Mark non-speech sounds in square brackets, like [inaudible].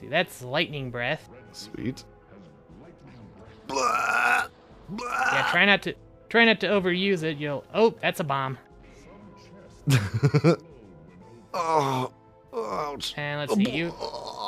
See, that's lightning breath. Sweet. [laughs] Yeah, try not to try not to overuse it. You'll oh, that's a bomb. oh, ouch. And let's see you.